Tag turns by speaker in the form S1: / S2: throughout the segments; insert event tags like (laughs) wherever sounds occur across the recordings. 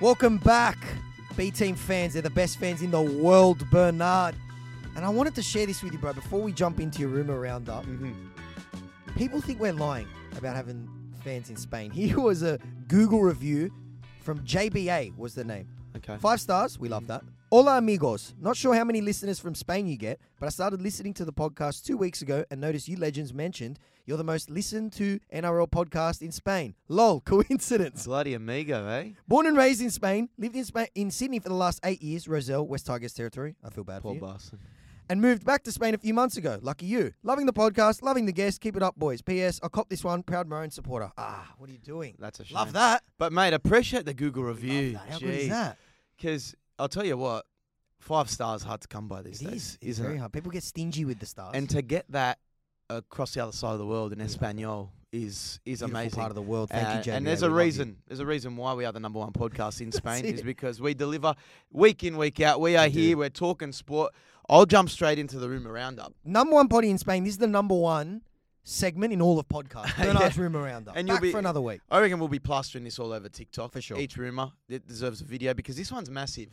S1: Welcome back, B Team fans. They're the best fans in the world, Bernard. And I wanted to share this with you, bro, before we jump into your rumor roundup.
S2: Mm-hmm.
S1: People think we're lying about having fans in Spain. (laughs) Here was a Google review from JBA, was the name.
S2: Okay.
S1: Five stars, we love that. Hola amigos. Not sure how many listeners from Spain you get, but I started listening to the podcast two weeks ago and noticed you legends mentioned you're the most listened to NRL podcast in Spain. Lol, (laughs) coincidence.
S2: Bloody amigo, eh?
S1: Born and raised in Spain, lived in Spain in Sydney for the last eight years, Roselle, West Tigers territory. I feel bad
S2: Poor
S1: for you.
S2: bastard.
S1: And moved back to Spain a few months ago. Lucky you. Loving the podcast, loving the guests. Keep it up, boys. P.S. I cop this one. Proud Maroon supporter. Ah, what are you doing?
S2: That's a shame.
S1: Love that.
S2: But mate, appreciate the Google
S1: Love
S2: review.
S1: that. How good is that?
S2: Because I'll tell you what, five stars hard to come by
S1: It
S2: these
S1: is.
S2: days,
S1: It's
S2: isn't
S1: very
S2: it?
S1: hard. People get stingy with the stars.
S2: And to get that across the other side of the world in
S1: Yeah.
S2: Espanol is is
S1: Beautiful
S2: amazing.
S1: part of the world. Thank you,
S2: Uh,
S1: Jamie.
S2: And there's
S1: We
S2: a
S1: love you.
S2: reason. There's a reason why we are the number
S1: (laughs)
S2: one podcast in Spain
S1: it.
S2: is because we deliver week in week out. We are
S1: We do.
S2: here. We're talking sport. I'll jump straight into the rumor roundup,
S1: Number one potty in Spain. This is the number one segment in all of
S2: (laughs)
S1: podcasts.
S2: Yeah.
S1: Bernard's Rumor Roundup.
S2: And you'll
S1: back
S2: be-
S1: for another week.
S2: I reckon we'll be plastering this all over TikTok
S1: For sure.
S2: Each rumor it deserves a video because this one's massive.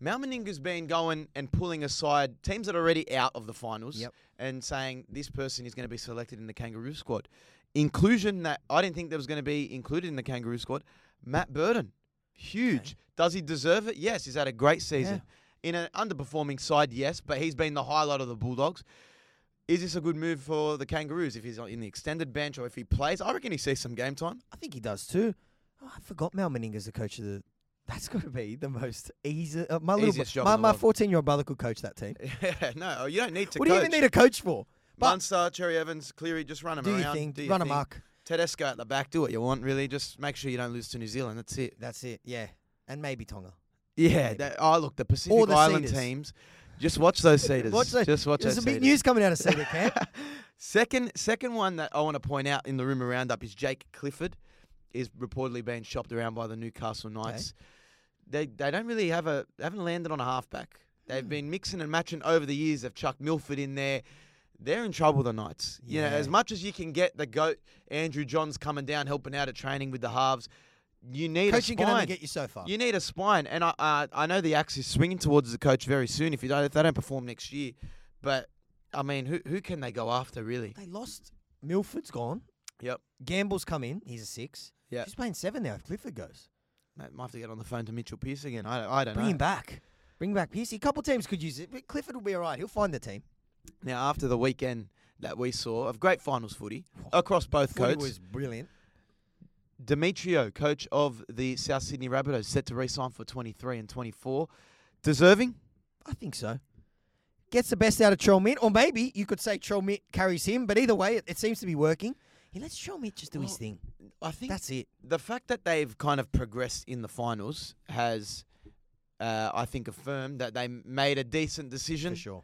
S2: Mal Meninga's been going and pulling aside teams that are already out of the finals
S1: Yep.
S2: and saying this person is going to be selected in the Kangaroo squad. Inclusion that I didn't think that was going to be included in the Kangaroo squad. Matt Burden, huge. Does he deserve it? Yes. He's had a great season. In an underperforming side, yes, but he's been the highlight of the Bulldogs. Is this a good move for the Kangaroos if he's on- in the extended bench or if he plays? I reckon he sees some game time.
S1: I think he does too. Oh, I forgot Mal Meninga's the coach of the. That's (laughs) got to be the most easy. Uh, my little,
S2: Easiest job
S1: my
S2: in the
S1: my
S2: world.
S1: fourteen year old brother could coach that team.
S2: Yeah, no, oh, you don't need to
S1: what do
S2: coach.
S1: you even need a coach for? But-
S2: Munster, Cherry Evans, Cleary, just run them
S1: do
S2: around.
S1: you think
S2: do your
S1: run
S2: thing.
S1: amok?
S2: Tedesco at the back, do what you want, really. Just make sure you don't lose to New Zealand. That's it.
S1: That's it. Yeah, and maybe Tonga.
S2: Yeah. That, oh, look, the Pacific
S1: the
S2: Island
S1: Cedars.
S2: teams. Just watch those Cedars.
S1: Watch those-
S2: Just watch
S1: There's some
S2: those
S1: big
S2: Cedars.
S1: news
S2: (laughs)
S1: coming out of Cedar Camp.
S2: Second, second one that I want to point out in the rumor roundup is Jake Clifford is reportedly being shopped around by the Newcastle Knights. They they don't really have a haven't landed on a halfback.
S1: Hmm.
S2: They've been mixing and matching over the years. They've chucked Milford in there. They're in trouble, the Knights. You know,
S1: Yeah.
S2: as much as you can get the goat Andrew Johns coming down helping out at training with the halves, you need
S1: Coaching
S2: a
S1: can only
S2: spine.
S1: get you so far.
S2: You need a spine, and I uh, I know the axe is swinging towards the coach very soon. If you don't, if they don't perform next year, but I mean, who who can they go after really?
S1: They lost. Milford's gone.
S2: Yep.
S1: Gamble's come in. He's a six.
S2: Yeah.
S1: He's playing seven now. If Clifford goes,
S2: Mate, might have to get on the phone to Mitchell Pearce again. I, I don't
S1: bring
S2: know.
S1: him back. Bring back Piercy. A couple teams could use it, but Clifford will be all right. He'll find the team.
S2: Now after the weekend that we saw of great finals footy across both
S1: Thought he was
S2: coasts,
S1: brilliant.
S2: Demetrio, coach of the South Sydney Rabbitohs, set to re-sign for 23 and 24, deserving.
S1: I think so. Gets the best out of Cholmit, or maybe you could say Cholmit carries him, but either way, it, it seems to be working. He lets Cholmit just do his
S2: Well,
S1: thing.
S2: I think
S1: That's it.
S2: the fact that they've kind of progressed in the finals has, uh, I think, affirmed that they made a decent decision
S1: sure.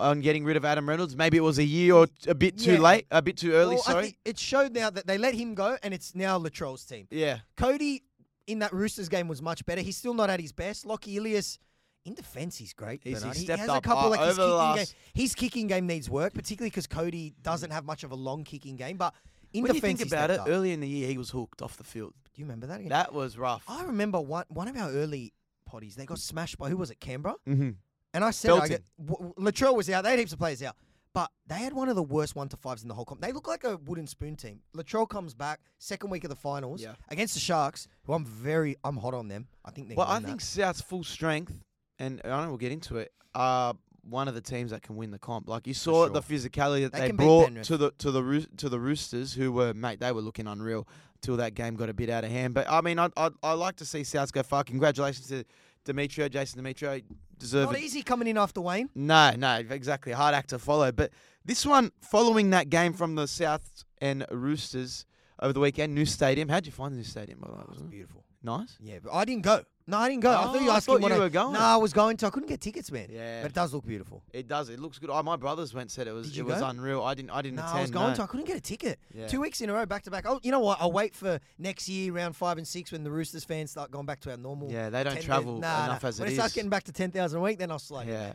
S2: on getting rid of Adam Reynolds. Maybe it was a year or t- a bit too
S1: Yeah.
S2: late, a bit too early.
S1: well, I
S2: sorry.
S1: think it showed now that they let him go, and it's now Latrell's team.
S2: yeah,
S1: Cody in that Roosters game was much better. He's still not at his best. Lockie Ilias in defence, he's great.
S2: He's- he
S1: Bernard.
S2: stepped
S1: has a
S2: up,
S1: couple
S2: uh,
S1: like his
S2: over the
S1: kicking
S2: last-
S1: game. His kicking game needs work, particularly because Cody doesn't have much of a long kicking game. But in
S2: when you
S1: defence,
S2: think
S1: he
S2: about it,
S1: stepped up.
S2: early in the year he was hooked off the field.
S1: do you remember that? Again?
S2: That was rough.
S1: I remember one one of our early potties. They got smashed by who was it? Canberra.
S2: Mm-hmm.
S1: And I said, I
S2: Belting.
S1: get, w- w- Latrell was out. They had heaps of players out, but they had one of the worst one to fives in the whole comp. They look like a wooden spoon team. Latrell comes back second week of the finals
S2: Yeah.
S1: against the Sharks, who I'm very I'm hot on them. I think they.
S2: Well,
S1: can
S2: I
S1: win that.
S2: think South's full strength, and I know we'll get into it, are one of the teams that can win the comp. Like you saw the physicality that
S1: They
S2: they,
S1: can beat
S2: brought
S1: Penrith.
S2: to the to the Roos- to the Roosters, who were mate, they were looking unreal till that game got a bit out of hand. But I mean, I I, I like to see South go far. Congratulations to Demetrio, Jason Demetrio, deserve
S1: not
S2: it.
S1: easy coming in after Wayne.
S2: No, no, exactly. Hard act to follow. But this one, following that game from the South and Roosters over the weekend, new stadium. How'd you find the new stadium? By the way, wasn't it
S1: Beautiful.
S2: nice?
S1: Yeah, but I didn't go. No, I didn't go. I thought
S2: Oh,
S1: you
S2: I
S1: asked me
S2: thought
S1: what
S2: you
S1: I,
S2: were going.
S1: No, I was going to. I couldn't get tickets, man.
S2: Yeah.
S1: but it does look beautiful.
S2: It does. It looks good. Oh, my brothers went. Said it was.
S1: Did you
S2: it was
S1: go?
S2: unreal. I didn't. I didn't
S1: No,
S2: attend.
S1: I was going
S2: no.
S1: to. I couldn't get a ticket.
S2: Yeah.
S1: Two weeks in a row, back to back. Oh, you know what? I'll wait for next year, round five and six, when the Roosters fans start going back to our normal.
S2: Yeah, they don't
S1: 10,000
S2: travel
S1: Nah,
S2: enough
S1: nah.
S2: as
S1: when
S2: it
S1: it starts
S2: is.
S1: getting back to ten thousand a week, then I'll slow.
S2: Yeah.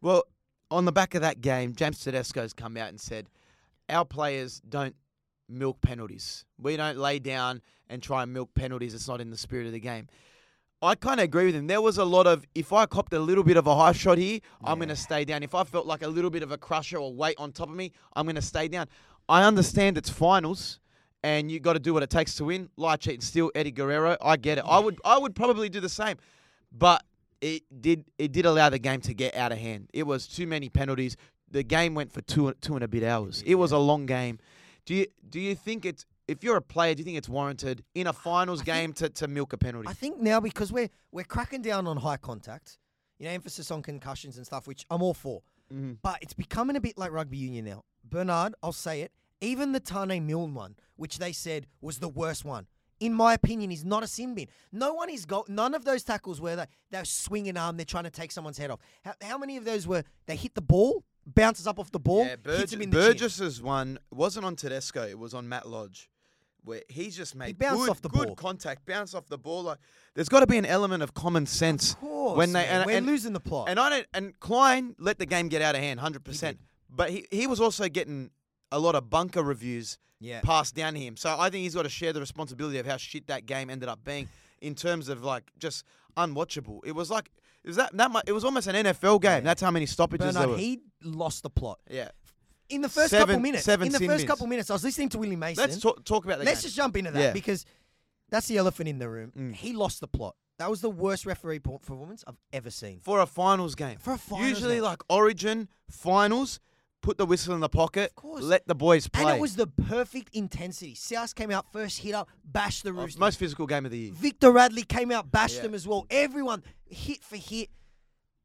S2: Well, on the back of that game, James Tedesco's come out and said, "Our players don't milk penalties. We don't lay down and try and milk penalties. It's not in the spirit of the game." I kind of agree with him. There was a lot of if I copped a little bit of a high shot here, I'm
S1: Yeah.
S2: going to stay down. If I felt like a little bit of a crusher or weight on top of me, I'm going to stay down. I understand it's finals and you got to do what it takes to win. Lie, cheat, and steal. Eddie Guerrero, I get it. I would I would probably do the same, but it did it did allow the game to get out of hand. It was too many penalties. The game went for two two and a bit hours. It was a long game. Do you do you think it's if you're a player, do you think it's warranted in a finals game to, to milk a penalty?
S1: I think now because we're we're cracking down on high contact, you know, emphasis on concussions and stuff, which I'm all for.
S2: Mhm.
S1: But it's becoming a bit like rugby union now. Bernard, I'll say it. Even the Tane Milne one, which they said was the worst one, in my opinion, is not a sin bin. No one is go- None of those tackles were they they're swinging arm, they're trying to take someone's head off. How, how many of those were they hit the ball, bounces up off the ball,
S2: Yeah,
S1: hits
S2: Burgess,
S1: him in the chin?
S2: Burgess's one wasn't on Tedesco. It was on Matt Lodge, where he's just made
S1: bounced
S2: good,
S1: off the
S2: good
S1: ball.
S2: contact, bounced off the ball. Like, there's got to be an element of common sense
S1: Of course,
S2: when they
S1: man,
S2: and,
S1: we're
S2: and,
S1: losing the plot.
S2: and I don't and Klein let the game get out of hand, hundred percent. But he, he was also getting a lot of bunker reviews
S1: yeah,
S2: passed down to him. So I think he's got to share the responsibility of how shit that game ended up being in terms of like just unwatchable. It was like it was that that mu it was almost an NFL game. That's how many stoppages there were.
S1: Bernard, he lost the plot.
S2: yeah.
S1: in the first
S2: Seven-
S1: couple minutes.
S2: seven
S1: in the
S2: sin
S1: first
S2: bins.
S1: couple minutes, I was listening to Willie Mason.
S2: Let's talk, talk about the
S1: Let's
S2: game.
S1: just jump into that
S2: Yeah.
S1: because that's the elephant in the room.
S2: Mm.
S1: He lost the plot. That was the worst referee por- performance I've ever seen.
S2: for a finals game.
S1: For a finals
S2: Usually
S1: game.
S2: like Origin finals, put the whistle in the pocket,
S1: Of course.
S2: let the boys play.
S1: And it was the perfect intensity. South came out first, hit up, bashed the Roosters.
S2: most physical game of the year.
S1: Victor Radley came out, bashed
S2: Oh, Yeah.
S1: them as well. Everyone hit for hit.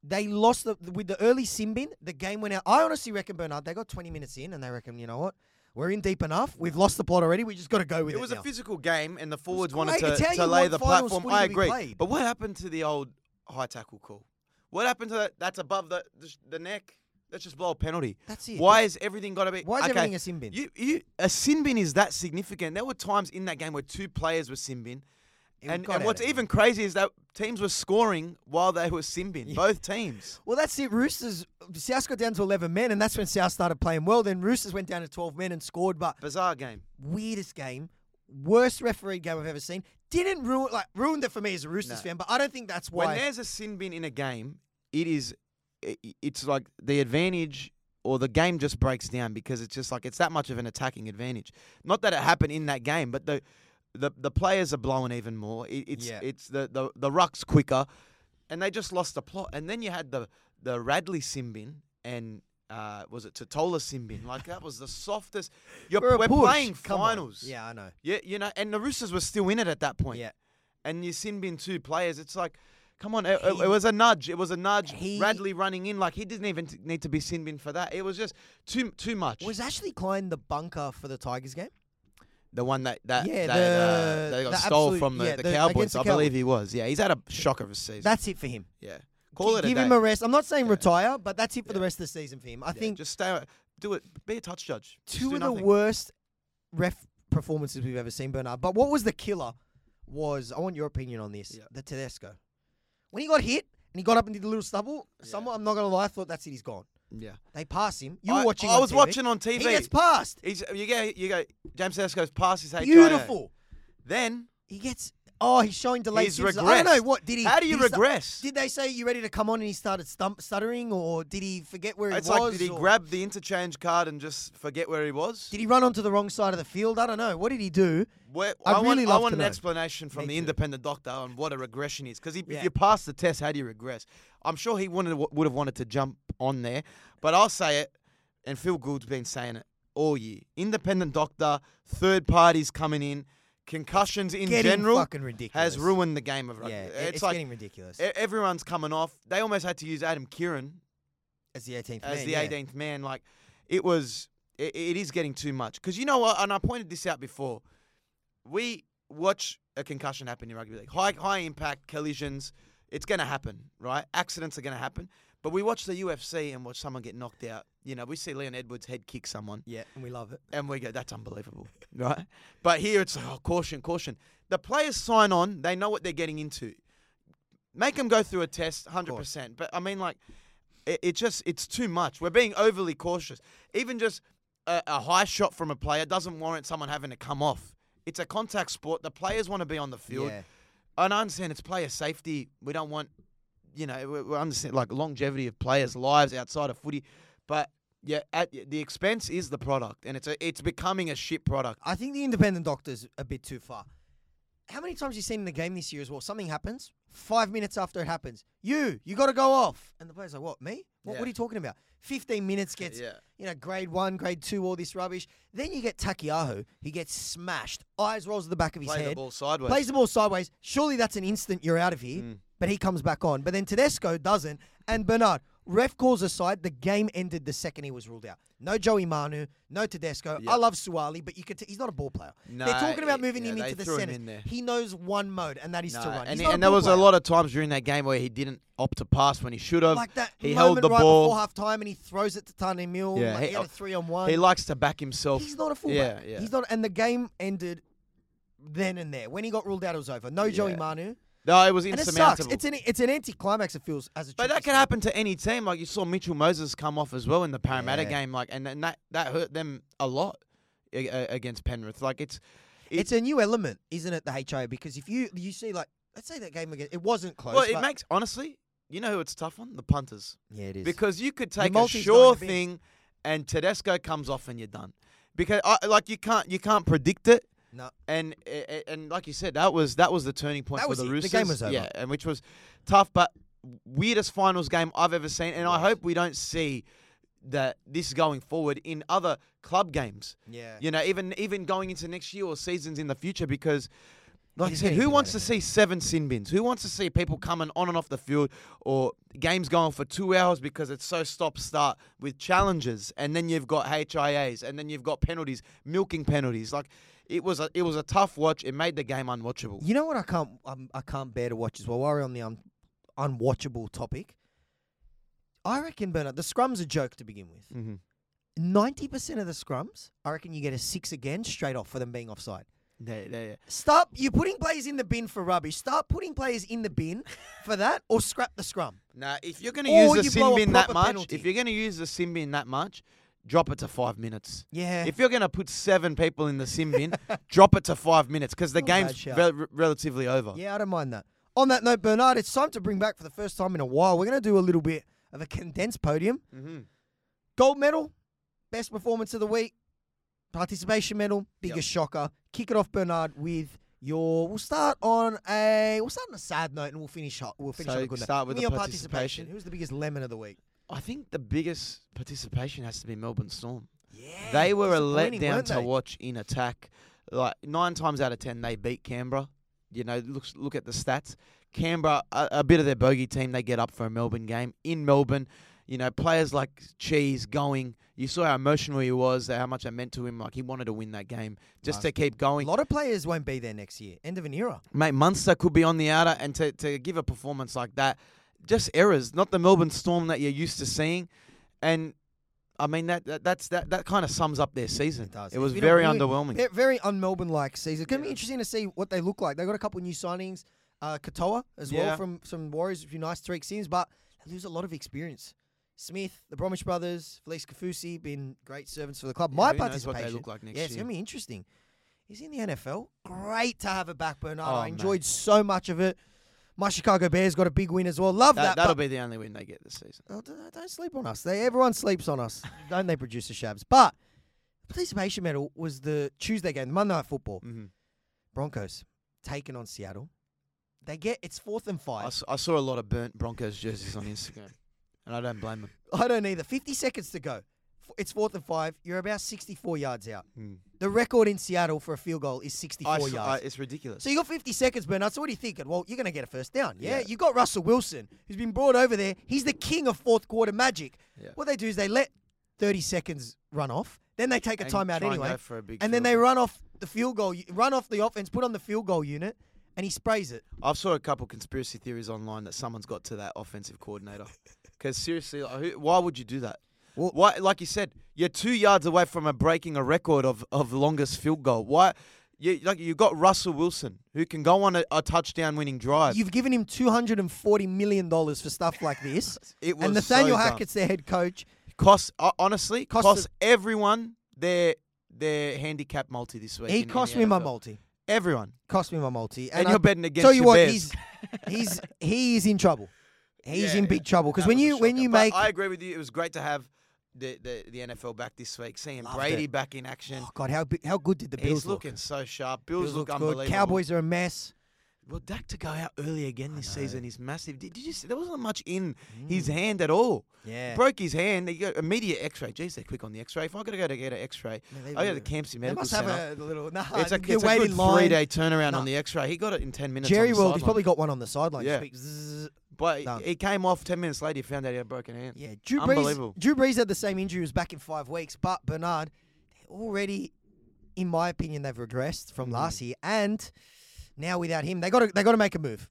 S1: They lost the, with the early sin bin. The game went out. I honestly reckon Bernard. They got 20 minutes in, and they reckon, you know what? We're in deep enough. We've lost the plot already. We just got to go with it.
S2: It was
S1: now."
S2: a physical game, and the forwards wanted
S1: great.
S2: to,
S1: It's how
S2: to
S1: you
S2: lay
S1: want
S2: the
S1: finals
S2: platform.
S1: footy
S2: I
S1: to be
S2: agree.
S1: played.
S2: But what happened to the old high tackle call? What happened to that? That's above the the, sh- the neck. Let's just blow a penalty.
S1: That's it.
S2: Why is everything got to be?
S1: Why is
S2: okay,
S1: everything a sin bin?
S2: You, you, a sin bin is that significant. There were times in that game where two players were sin bin.
S1: It
S2: And,
S1: got
S2: and
S1: out
S2: what's
S1: of hand.
S2: even crazy is that teams were scoring while they were sin bin. Both teams.
S1: Well, that's it. Roosters, South got down to 11 men, and that's when South started playing well. Then Roosters went down to 12 men and scored, but
S2: Bizarre game.
S1: weirdest game, worst referee game I've ever seen. Didn't ruin, like, ruined it for me as a Roosters
S2: No.
S1: fan, but I don't think that's
S2: When
S1: why.
S2: there's a sin bin in a game, it is, i- i- it's like the advantage or the game just breaks down because it's just like it's that much of an attacking advantage. Not that it happened in that game, but the the, the players are blowing even more. It, it's
S1: Yeah.
S2: it's the, the the rucks quicker, and they just lost the plot. And then you had the the Radley sin bin and. Uh, was it Totola Simbin? Like that was the softest. You're,
S1: We're a
S2: we're
S1: push,
S2: playing
S1: come on.
S2: finals.
S1: Yeah, I know.
S2: Yeah, you know, and the Roosters were still in it at that point.
S1: Yeah.
S2: And you sin bin two players. It's like, come on, it, it-
S1: He-
S2: it was a nudge. It was a nudge.
S1: he-
S2: Radley running in like he didn't even t- need to be sin bin for that. It was just too too much.
S1: Was Ashley Klein the bunker for the Tigers game?
S2: the one that that
S1: Yeah,
S2: that, uh,
S1: the-
S2: they got
S1: the
S2: stole
S1: absolute-
S2: from the,
S1: yeah,
S2: the,
S1: the-
S2: Cowboys.
S1: against the
S2: I believe he was. Yeah, he's had a shock of a season.
S1: That's it for him.
S2: yeah, call it
S1: Give
S2: a day.
S1: him a rest. I'm not saying
S2: Yeah.
S1: retire, but that's it for the rest of the season for him. I
S2: Yeah,
S1: think
S2: just stay. Do it. Be a touch judge. Just
S1: two
S2: do
S1: of the
S2: nothing.
S1: worst ref performances we've ever seen, Bernard. But what was the killer was I want your opinion on this.
S2: Yeah.
S1: The Tedesco. When he got hit and he got up and did the little stubble,
S2: Yeah.
S1: someone I'm not gonna lie, I thought that's it, he's gone.
S2: Yeah,
S1: They pass him. You were
S2: I,
S1: watching
S2: I
S1: on
S2: was
S1: TV.
S2: watching on
S1: He
S2: TV.
S1: gets passed.
S2: He's, you go. You go. James Tedesco's pass his HIO.
S1: Beautiful.
S2: Then
S1: He gets oh, he's showing delayed
S2: He's
S1: symptoms. I don't know
S2: regressed.
S1: what did he
S2: How do you
S1: did he stu-
S2: regress?
S1: did they say you ready to come on and he started stump, stuttering or did he forget where
S2: it's
S1: he was?
S2: like, did he
S1: or-
S2: grab the interchange card and just forget where he was?
S1: did he run onto the wrong side of the field? I don't know. What did he do?
S2: Where,
S1: I'd
S2: want,
S1: really
S2: I
S1: love
S2: want
S1: to
S2: an
S1: know.
S2: explanation
S1: Me
S2: from the
S1: too.
S2: independent doctor on what a regression is. Because
S1: Yeah.
S2: if you pass the test, how do you regress? I'm sure he wanted, would have wanted to jump on there, but I'll say it, and Phil Gould's been saying it all year. Independent doctor, third parties coming in, concussions in
S1: Getting
S2: general
S1: fucking ridiculous.
S2: has ruined the game of rugby.
S1: Yeah, it-
S2: it's,
S1: it's,
S2: like
S1: getting ridiculous.
S2: e- everyone's coming off. They almost had to use Adam Kieran
S1: as the 18th
S2: as
S1: man,
S2: the
S1: yeah.
S2: 18th man. Like it was, it, it is getting too much. Because you know what? And I pointed this out before. We watch a concussion happen in rugby league. High high impact collisions. It's going to happen, right? Accidents are going to happen. But we watch the UFC and watch someone get knocked out. You know, we see Leon Edwards head kick someone,
S1: Yeah, and we love it.
S2: and we go, "That's unbelievable," (laughs) right? But here it's oh, caution, caution. The players sign on; they know what they're getting into. Make them go through a test, hundred percent. But I mean, like, it, it just it's too much. We're being overly cautious. Even just a, a high shot from a player doesn't warrant someone having to come off. It's a contact sport. The players want to be on the field.
S1: Yeah.
S2: and I understand it's player safety. We don't want, you know, we, we understand like longevity of players' lives outside of footy, but yeah, at the expense is the product, and it's a, it's becoming a shit product.
S1: I think the independent doctor's a bit too far. How many times you seen in the game this year as well? Something happens, five minutes after it happens, you, you got to go off. And the player's like, what, me? What,
S2: Yeah.
S1: what are you talking about? 15 minutes gets,
S2: Yeah.
S1: you know, grade one, grade two, all this rubbish. Then you get Takiyahu. He gets smashed. Eyes rolls to the back of his
S2: Play the
S1: head.
S2: ball sideways.
S1: plays the ball sideways. Surely that's an instant you're out of here.
S2: Mm.
S1: But he comes back on. But then Tedesco doesn't. And Bernard, ref calls aside, the game ended the second he was ruled out. No Joey Manu, no Tedesco. I
S2: Yeah.
S1: love Suwali, but you could t- he's not a ball player. They're
S2: Nah,
S1: talking about
S2: it-
S1: moving
S2: yeah,
S1: him
S2: they
S1: into the
S2: threw him
S1: centre.
S2: in there.
S1: He knows one mode, and that is to
S2: No,
S1: run.
S2: And,
S1: He's not
S2: and there
S1: ball
S2: was a
S1: player.
S2: lot of times during that game where he didn't opt to pass when he should have.
S1: like that
S2: he held
S1: moment
S2: the
S1: right
S2: ball.
S1: before half time, and he throws it to Tani Mill.
S2: Yeah,
S1: like he,
S2: he-
S1: had a three on one.
S2: he likes to back himself.
S1: He's not a fullback.
S2: Yeah, yeah.
S1: He's not, and the game ended then and there. When he got ruled out, it was over. No Joey
S2: Yeah.
S1: Manu.
S2: no, it was
S1: And it sucks.
S2: insurmountable.
S1: It's an it's an anticlimax. It feels as a
S2: but that
S1: Chelsea
S2: can
S1: fan.
S2: happen to any team. Like you saw Mitchell Moses come off as well in the Parramatta
S1: Yeah.
S2: game. Like, and, and that that hurt them a lot a- a- against Penrith. Like it's it-
S1: It's a new element, isn't it? The HIA because if you you see like let's say that game again, it wasn't close.
S2: well, it
S1: but-
S2: makes honestly. You know who it's tough on the punters
S1: yeah, it is.
S2: because you could take a
S1: multi's
S2: sure
S1: going to be-
S2: thing, and Tedesco comes off and you're done. Because I, like you can't you can't predict it.
S1: no,
S2: and a- a- and like you said, that was that was the turning point
S1: That
S2: for
S1: was
S2: the
S1: it. The
S2: Roosters.
S1: game was over.
S2: Yeah, and which was tough, but weirdest finals game I've ever seen. And I hope we don't see that this going forward in other club games.
S1: yeah,
S2: You know, even even going into next year or seasons in the future, because. Like I
S1: It's
S2: said,
S1: getting
S2: who
S1: better,
S2: wants to
S1: man.
S2: see seven sin bins? Who wants to see people coming on and off the field or games going for two hours because it's so stop start with challenges and then you've got HIAs and then you've got penalties, milking penalties. Like it was a it was a tough watch. It made the game unwatchable.
S1: You know what I can't um, I can't bear to watch as well. While we're on the un- unwatchable topic, I reckon Bernard the scrums a joke to begin with.
S2: Mm-hmm.
S1: Ninety percent of the scrums, I reckon you get a six again straight off for them being offside.
S2: Yeah, yeah, yeah.
S1: Stop! You're putting players in the bin for rubbish. Start putting players in the bin for that, or scrap the scrum.
S2: Now, if you're going to
S1: Or
S2: use the
S1: you blow
S2: sin
S1: a
S2: bin that
S1: proper
S2: much,
S1: penalty.
S2: if you're going to use the sin bin that much, drop it to five minutes.
S1: Yeah.
S2: If you're going to put seven people in the
S1: (laughs)
S2: sin bin, drop it to five minutes because the
S1: Not a bad
S2: game's
S1: shout.
S2: rel- relatively over.
S1: Yeah, I don't mind that. On that note, Bernard, it's time to bring back for the first time in a while. We're going to do a little bit of a condensed podium.
S2: Mm-hmm.
S1: Gold medal, best performance of the week, participation medal, biggest shocker. Kick it off, Bernard, with your. We'll start on a. We'll start on a sad note, and we'll finish. up. We'll finish
S2: So
S1: on a good
S2: start
S1: note.
S2: with
S1: Give me
S2: the
S1: your
S2: participation.
S1: Who's the biggest lemon of the week?
S2: I think the biggest participation has to be Melbourne Storm.
S1: Yeah,
S2: They were a
S1: disappointing,
S2: letdown
S1: weren't
S2: to
S1: they?
S2: watch in attack. Like nine times out of ten, they beat Canberra. You know, look look at the stats. Canberra, a, a bit of their bogey team, they get up for a Melbourne game in Melbourne. You know, players like Cheese going. You saw how emotional he was, how much I meant to him. Like he wanted to win that game just to keep
S1: A
S2: going.
S1: lot of players won't be there next year. End of an era.
S2: Mate, Munster could be on the outer, and to, to give a performance like that, just errors, not the Melbourne Storm that you're used to seeing. And I mean that, that that's that that kind of sums up their season.
S1: It does.
S2: It was
S1: It's been a
S2: very
S1: weird-
S2: underwhelming.
S1: Ve- Very un Melbourne like season. It's going to be
S2: Yeah.
S1: interesting to see what they look like. They got a couple new signings, uh, Katoa as well
S2: Yeah.
S1: from from Warriors, which would be nice. Tariq Sims, but they lose a lot of experience. Smith, the Bromwich brothers, Felice Kafusi, been great servants for the club.
S2: Yeah,
S1: My
S2: who knows
S1: participation.
S2: what they look like next
S1: yeah, it's
S2: year.
S1: going to be interesting. He's in the NFL. Great to have it back, Bernard.
S2: Oh,
S1: I
S2: mate.
S1: enjoyed so much of it. My Chicago Bears got a big win as well. Love
S2: That,
S1: that.
S2: that'll
S1: but-
S2: be the only win they get this season.
S1: Oh, d- don't sleep on us. They everyone sleeps on us, (laughs) don't they, producer Shabs? But the participation medal was the Tuesday game, the Monday night football.
S2: Mm-hmm.
S1: Broncos taking on Seattle. They get it's fourth and
S2: I,
S1: five.
S2: s- I saw a lot of burnt Broncos jerseys on Instagram, and I don't blame them.
S1: I don't either. Fifty seconds to go. F- It's fourth and five. You're about sixty-four yards out. The record in Seattle for a field goal is sixty-four
S2: I s-
S1: Mm. yards.
S2: I- it's ridiculous.
S1: so you got 50 seconds, Bernard. So what are you thinking? Well, you're going to get a first down. Yeah?
S2: Yeah.
S1: you got Russell Wilson, who's been brought over there. He's the king of fourth quarter magic.
S2: Yeah.
S1: What they do is they let 30 seconds run off. Then they take a
S2: And
S1: timeout
S2: try and
S1: anyway.
S2: go for a big
S1: and then
S2: field
S1: they
S2: goal.
S1: run off the field goal, run off the offense, put on the field goal unit, and he sprays it.
S2: I've saw a couple conspiracy theories online that someone's got to that
S1: (laughs)
S2: offensive coordinator. Because seriously, like, who, why would you do that?
S1: Well-
S2: why, like you said, you're two yards away from a breaking a record of, of longest field goal. Why? You, like you got Russell Wilson who can go on a, a touchdown winning drive.
S1: You've given him $240 million for stuff like this.
S2: (laughs) it was
S1: and Nathaniel
S2: so dumb.
S1: Hackett's their head coach.
S2: cost uh, honestly
S1: Cost
S2: cost, everyone their their handicap multi this week.
S1: He
S2: in- in
S1: cost
S2: the
S1: me my
S2: NFL.
S1: multi.
S2: Everyone.
S1: Cost me my multi.
S2: And,
S1: I-
S2: you're betting against
S1: tell you
S2: your
S1: what,
S2: Bears.
S1: he's he's he is in trouble. He's
S2: Yeah,
S1: in big trouble because when
S2: That was a
S1: you when
S2: shocker.
S1: you
S2: But
S1: make
S2: I agree with you. It was great to have the the, the NFL back this week. Seeing
S1: Loved
S2: Brady
S1: it.
S2: back in action.
S1: oh god, how bi- how good did the Bills
S2: He's
S1: look?
S2: looking so sharp. Bills,
S1: Bills
S2: look
S1: looked
S2: unbelievable.
S1: good. Cowboys are a mess.
S2: Well, Dak to go out early again this
S1: know. Mm.
S2: season is massive. Did, did you see? There wasn't much in his hand at all.
S1: Yeah,
S2: Broke his hand. He got immediate X-ray. Jeez, they're quick on the X-ray. If I gotta go to get an X-ray,
S1: Yeah, they
S2: I go to
S1: really-
S2: oh, the Campsey
S1: they
S2: Medical
S1: must have
S2: Center.
S1: a little. Nah,
S2: it's a,
S1: they're
S2: it's a
S1: waiting
S2: good
S1: line.
S2: three-day turnaround
S1: Nah.
S2: on the X-ray. He got it in ten minutes.
S1: Jerry
S2: on the
S1: World, he's
S2: sideline.
S1: probably got one on the sideline.
S2: Yeah.
S1: Just be zzz.
S2: But
S1: No.
S2: he came off ten minutes later. He found out he had a broken hand.
S1: Yeah, Drew
S2: Unbelievable.
S1: Brees. Drew Brees had the same injury. Was back in five weeks, but Bernard they're already, in my opinion, they've regressed
S2: Mm.
S1: from last year, and now without him, they got to they got to make a move.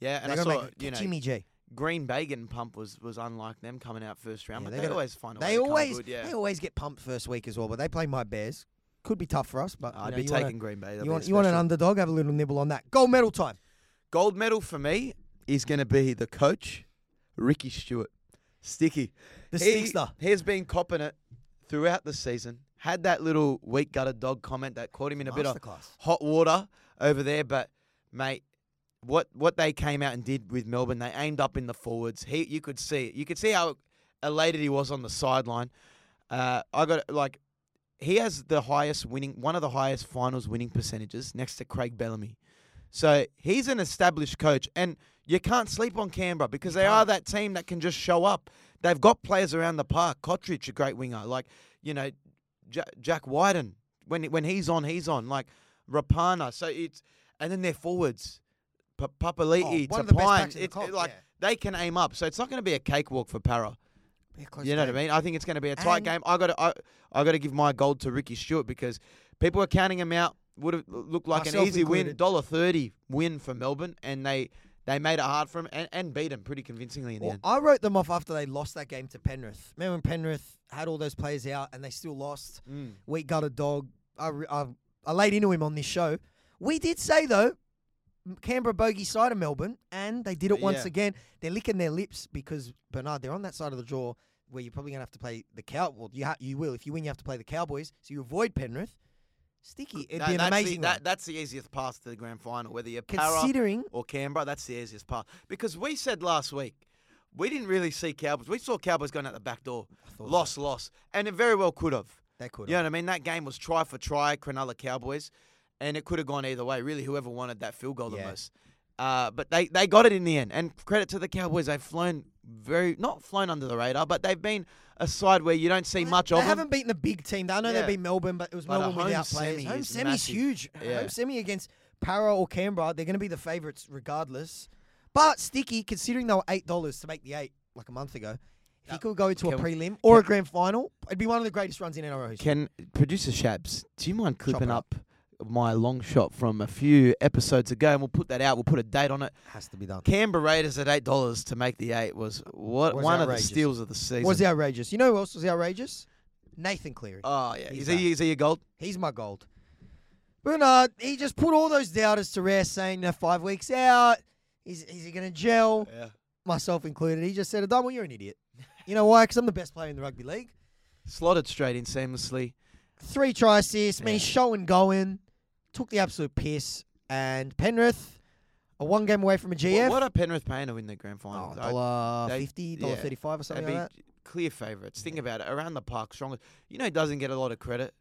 S2: Yeah, and
S1: they
S2: I
S1: gotta
S2: saw
S1: make,
S2: you know
S1: Jimmy G.
S2: Green Bay getting pumped was was unlike them coming out first round.
S1: Yeah,
S2: but
S1: they
S2: they,
S1: gotta-
S2: always find a way.
S1: They
S2: to come
S1: always
S2: good, yeah.
S1: they always get pumped first week as well, but they play my Bears. Could be tough for us, but you
S2: I'd
S1: know,
S2: be
S1: you
S2: taking
S1: wanna-
S2: Green Bay. That'd be
S1: you want you want an
S2: special.
S1: underdog? Have a little nibble on that. Gold medal time.
S2: Gold medal for me is going to be the coach, Ricky Stewart. Sticky.
S1: The stickster.
S2: He has been copping it throughout the season. Had that little weak gutted dog comment that caught him in a bit of
S1: Masterclass.
S2: hot water over there. But, mate, what what they came out and did with Melbourne, they aimed up in the forwards. He, you could see it. You could see how elated he was on the sideline. Uh, I got like, he has the highest winning, one of the highest finals winning percentages next to Craig Bellamy. So he's an established coach, and you can't sleep on Canberra because they are that team that can just show up. They've got players around the park. Cottridge, a great winger, like you know, J- Jack Wyden. When when he's on, he's on. Like Rapana. So it's and then their forwards. P- Papali'i
S1: Oh, one
S2: to
S1: of the best
S2: Pine.
S1: backs in the
S2: It's
S1: comp,
S2: like
S1: yeah.
S2: they can aim up, so it's not going to be a cakewalk for Para.
S1: Yeah, close
S2: you know
S1: game.
S2: what I mean? I think it's going to be a tight
S1: And-
S2: game. I got to I, I got to give my gold to Ricky Stewart because people are counting him out. Would have looked like
S1: Myself
S2: an easy win,
S1: included.
S2: dollar thirty win for Melbourne, and they they made it hard for him and, and beat him pretty convincingly in the
S1: Well,
S2: end.
S1: I wrote them off after they lost that game to Penrith. Remember when Penrith had all those players out and they still lost?
S2: Mm.
S1: We gutted dog. I, re- I, I laid into him on this show. We did say, though, M- Canberra bogey side of Melbourne, and they did it once
S2: Yeah.
S1: again. They're licking their lips because, Bernard, they're on that side of the draw where you're probably going to have to play the Cow. Well, you, ha- you will. If you win, you have to play the Cowboys. So you avoid Penrith. Sticky. It'd
S2: That-
S1: be an
S2: that's
S1: amazing
S2: the,
S1: one.
S2: that, That's the easiest path to the grand final, whether you're Para
S1: Considering.
S2: or Canberra. That's the easiest path because we said last week we didn't really see Cowboys. We saw Cowboys going out the back door,
S1: thought so.
S2: loss, loss, and it very well could have.
S1: They could
S2: You know what I mean? That game was try for try, Cronulla Cowboys, and it could have gone either way. Really, whoever wanted that field goal the
S1: Yeah.
S2: most. Uh, but they, they got it in the end. And credit to the Cowboys, they've flown very not flown under the radar, but they've been a side where you don't see much
S1: they
S2: of
S1: haven't
S2: them.
S1: beaten the big team. I know
S2: Yeah.
S1: they beat Melbourne, but it was
S2: But a
S1: Melbourne
S2: home
S1: without players.
S2: semi
S1: home
S2: is
S1: semi's
S2: massive.
S1: huge.
S2: Yeah.
S1: Home semi against Para or Canberra, they're going to be the favourites regardless. But Sticky, considering they were eight dollars to make the eight like a month ago, if he could go to a
S2: Can-
S1: prelim or a grand final, it'd be one of the greatest runs in NRL history.
S2: Can producer Shabs, do you mind clipping
S1: it
S2: up my long shot from a few episodes ago? And we'll put that out. We'll put a date on it.
S1: Has to be done.
S2: Canberra Raiders at eight dollars to make the eight was what
S1: Was
S2: one
S1: outrageous.
S2: of the steals of the season.
S1: Was outrageous? You know who else was outrageous? Nathan Cleary.
S2: Oh yeah,
S1: He's
S2: is he, is he a gold?
S1: He's my gold. Bernard, he just put all those doubters to rest, saying they're five weeks out. Is, is he going to gel?
S2: Yeah.
S1: myself included, he just said, Adamo, you're an idiot. You know why? Because I'm the best player in the rugby league.
S2: Slotted straight in seamlessly.
S1: Three tries, assists, man,
S2: Yeah.
S1: he's showing going, took the absolute piss. And Penrith are one game away from a
S2: Wha-
S1: GF.
S2: What are Penrith paying to win the grand
S1: Oh,
S2: final? I-
S1: dollar
S2: they-
S1: fifty,
S2: yeah.
S1: dollar thirty-five, or
S2: they'd
S1: something like that.
S2: be clear favourites. Think about it. Around the park, strongest. You know, who doesn't get a lot of credit,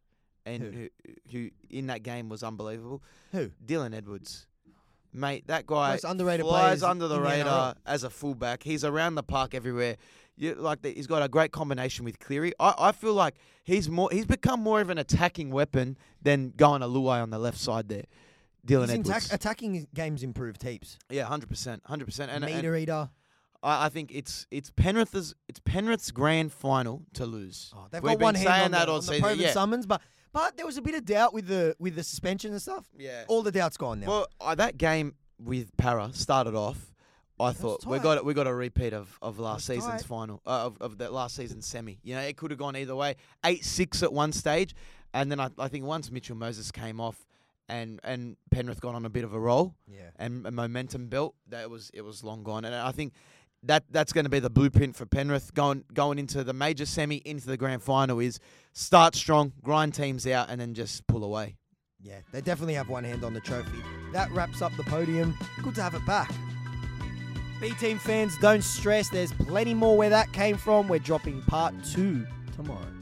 S2: and who, who in that game was unbelievable.
S1: Who?
S2: Dylan Edwards, mate. That guy
S1: Most underrated
S2: flies
S1: players
S2: under the
S1: in the NRL.
S2: radar as a fullback. He's around the park everywhere. You, like the, he's got a great combination with Cleary. I, I feel like he's more. He's become more of an attacking weapon than going a Luai on the left side there. Dylan
S1: His
S2: Edwards.
S1: attack, attacking game's improved heaps.
S2: yeah, hundred percent, hundred percent. And and-
S1: Meter eater.
S2: I, I think it's it's Penrith's it's Penrith's grand final to lose.
S1: Oh, they've
S2: We've
S1: got one
S2: been
S1: hand
S2: saying
S1: on
S2: that
S1: the,
S2: all
S1: on the
S2: season.
S1: proven
S2: yeah.
S1: summons, but but there was a bit of doubt with the with the suspension and stuff.
S2: yeah.
S1: All the doubt's gone now.
S2: Well, uh, that game with Para started off. I thought we
S1: tight.
S2: got we got a repeat of, of last
S1: was
S2: season's
S1: tight.
S2: final uh, of of that last season's semi. You know, it could have gone either way. Eight six at one stage, and then I, I think once Mitchell Moses came off, and and Penrith got on a bit of a roll.
S1: yeah.
S2: and a momentum belt that was it was long gone and I think that that's going to be the blueprint for Penrith going going into the major semi into the grand final is start strong grind teams out and then just pull away
S1: Yeah, they definitely have one hand on the trophy. That wraps up the podium. Good to have it back. B Team fans, don't stress. There's plenty more where that came from. We're dropping part two tomorrow.